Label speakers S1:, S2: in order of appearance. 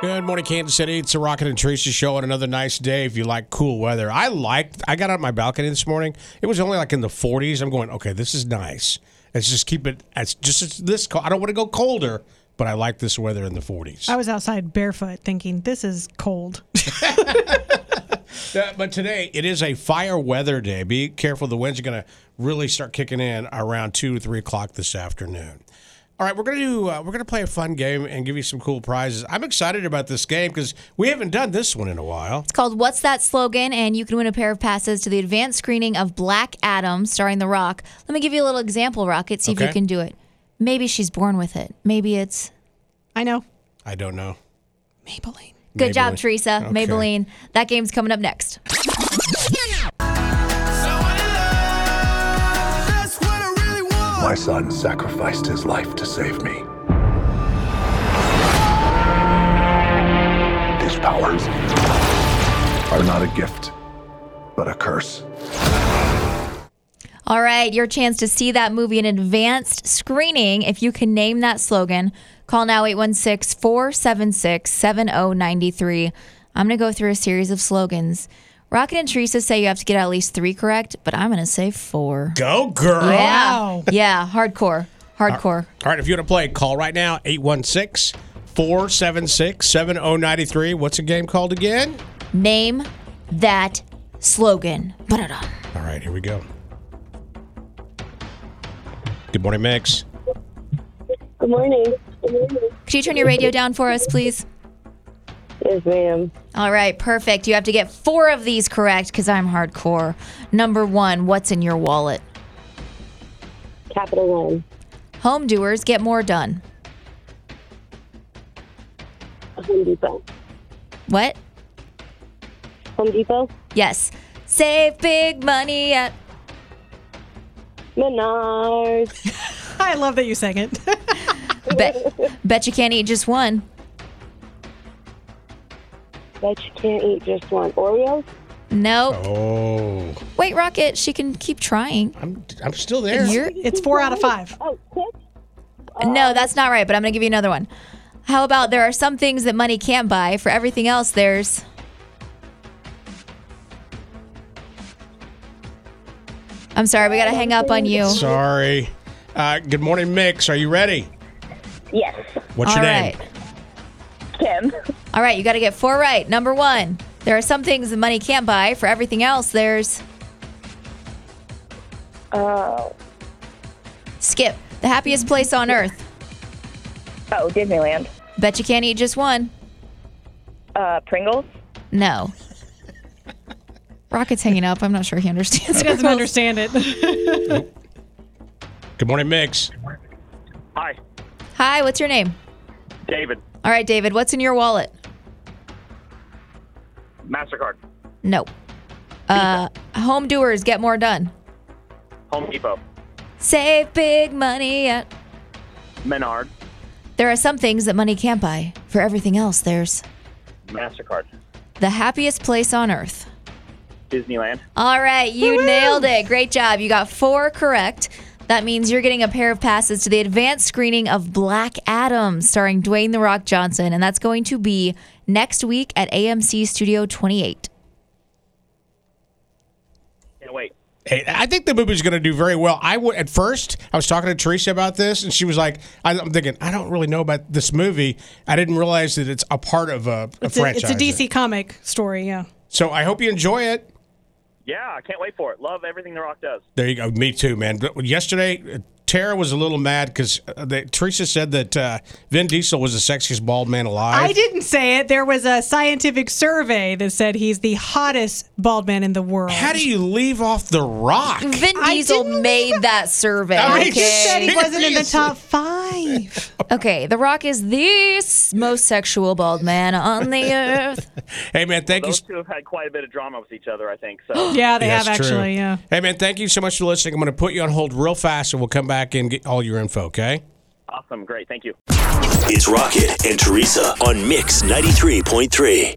S1: Good morning, Kansas City. It's the Rocket and Teresa show on another nice day. If you like cool weather, I liked. I got out my balcony this morning. It was only like in the 40s. I'm going. Okay, this is nice. Let's just keep it as just as this. co- I don't want to go colder, but I like this weather in the 40s.
S2: I was outside barefoot thinking, this is cold.
S1: Uh, but today it is a fire weather day. Be careful; the winds are going to really start kicking in around two or three o'clock this afternoon. All right, we're going to do, uh, we're going to play a fun game and give you some cool prizes. I'm excited about this game because we haven't done this one in a while.
S3: It's called What's That Slogan, and you can win a pair of passes to the advanced screening of Black Adam starring The Rock. Let me give you a little example, Rocket, see if
S1: Okay.
S3: you can do it. Maybe she's born with it. Maybe it's.
S2: I know.
S1: I don't know.
S2: Maybelline.
S3: Good job,
S1: Maybelline.
S3: Teresa.
S1: Okay.
S3: Maybelline. That game's coming up next.
S4: My son sacrificed his life to save me. These powers are not a gift, but a curse.
S3: All right, your chance to see that movie in advanced screening. If you can name that slogan, call now 816 476 7093. I'm going to go through a series of slogans. Rocket and Teresa say you have to get at least three correct, but I'm going to say four.
S1: Go, girl!
S2: Wow.
S3: Yeah, hardcore. Hardcore.
S1: All right, if you want to play, call right now 816 476 7093. What's the game called again?
S3: Name that slogan. Ba-da-da.
S1: All right, here we go. Good morning, Mix.
S5: Good morning. Good morning.
S3: Could you turn your radio down for us, please?
S5: Yes, ma'am.
S3: All right, perfect. You have to get four of these correct because I'm hardcore. Number one, what's in your wallet?
S5: Capital One.
S3: Home doers get more done.
S5: Home Depot.
S3: What?
S5: Home Depot.
S3: Yes. Save big money at.
S5: Menards.
S2: I love that you sang it.
S3: Bet, bet you can't eat just one.
S5: Bet you can't eat just one. Oreos.
S3: No.
S1: Oh,
S3: Wait, Rocket, she can keep trying.
S1: I'm I'm still there.
S3: You're,
S2: it's four out of five.
S5: Oh, chips.
S3: no, that's not right, but I'm going to give you another one. How about there are some things that money can't buy? For everything else, there's. I'm sorry, we got to hang up on you.
S1: Sorry. Uh, good morning, Mix. Are you ready?
S5: Yes.
S1: What's your
S3: All
S1: name?
S3: right.
S5: Kim.
S3: All right, you got to get four right. Number one, there are some things that money can't buy. For everything else, there's.
S5: Uh,
S3: Skip, the happiest place on earth.
S5: oh, Disneyland.
S3: Bet you can't eat just one.
S5: Uh, Pringles.
S3: No. Rocket's hanging up. I'm not sure he understands.
S2: He doesn't understand it.
S1: Good morning, Mix.
S6: Hi,
S3: Hi, what's your name?
S6: David,
S3: All right, David, what's in your wallet?
S6: MasterCard,
S3: No. Uh, home doers get more done.
S6: Home Depot,
S3: Save big money. At-
S6: Menard,
S3: there are some things that money can't buy. For everything else, there's
S6: MasterCard,
S3: the happiest place on earth.
S6: Disneyland.
S3: All right, you nailed it. Great job. You got four correct. That means you're getting a pair of passes to the advanced screening of Black Adam starring Dwayne The Rock Johnson, and that's going to be next week at AMC Studio 28.
S6: Can't wait.
S1: Hey, I think the movie's going to do very well. I would at first I was talking to Teresa about this, and she was like, I, "I'm thinking I don't really know about this movie. I didn't realize that it's a part of a, a
S2: It's a, it's
S1: franchise."
S2: a DC comic story, yeah.
S1: So I hope you enjoy it.
S6: Yeah, I can't wait for it. Love everything The Rock does.
S1: There you go. Me too, man. But yesterday, uh, Tara was a little mad because Teresa said that uh, Vin Diesel was the sexiest bald man alive.
S2: I didn't say it. There was a scientific survey that said he's the hottest bald man in the world.
S1: How do you leave off The Rock?
S3: Vin
S2: I
S3: Diesel
S2: didn't
S3: made that survey.
S1: I
S2: I just said he
S3: Okay.
S1: Seriously.
S2: wasn't in the top five.
S3: okay, The Rock is the s- most sexual bald man on the earth.
S1: Hey, man, thank you.
S6: Those two have had quite a bit of drama with each other, I think. So
S2: Yeah, they
S1: That's
S2: have actually,
S1: true.
S2: yeah.
S1: Hey, man, thank you so much for listening. I'm going to put you on hold real fast and we'll come back and get all your info, okay?
S6: awesome, great, thank you.
S7: It's Rocket and Teresa on Mix 93.3.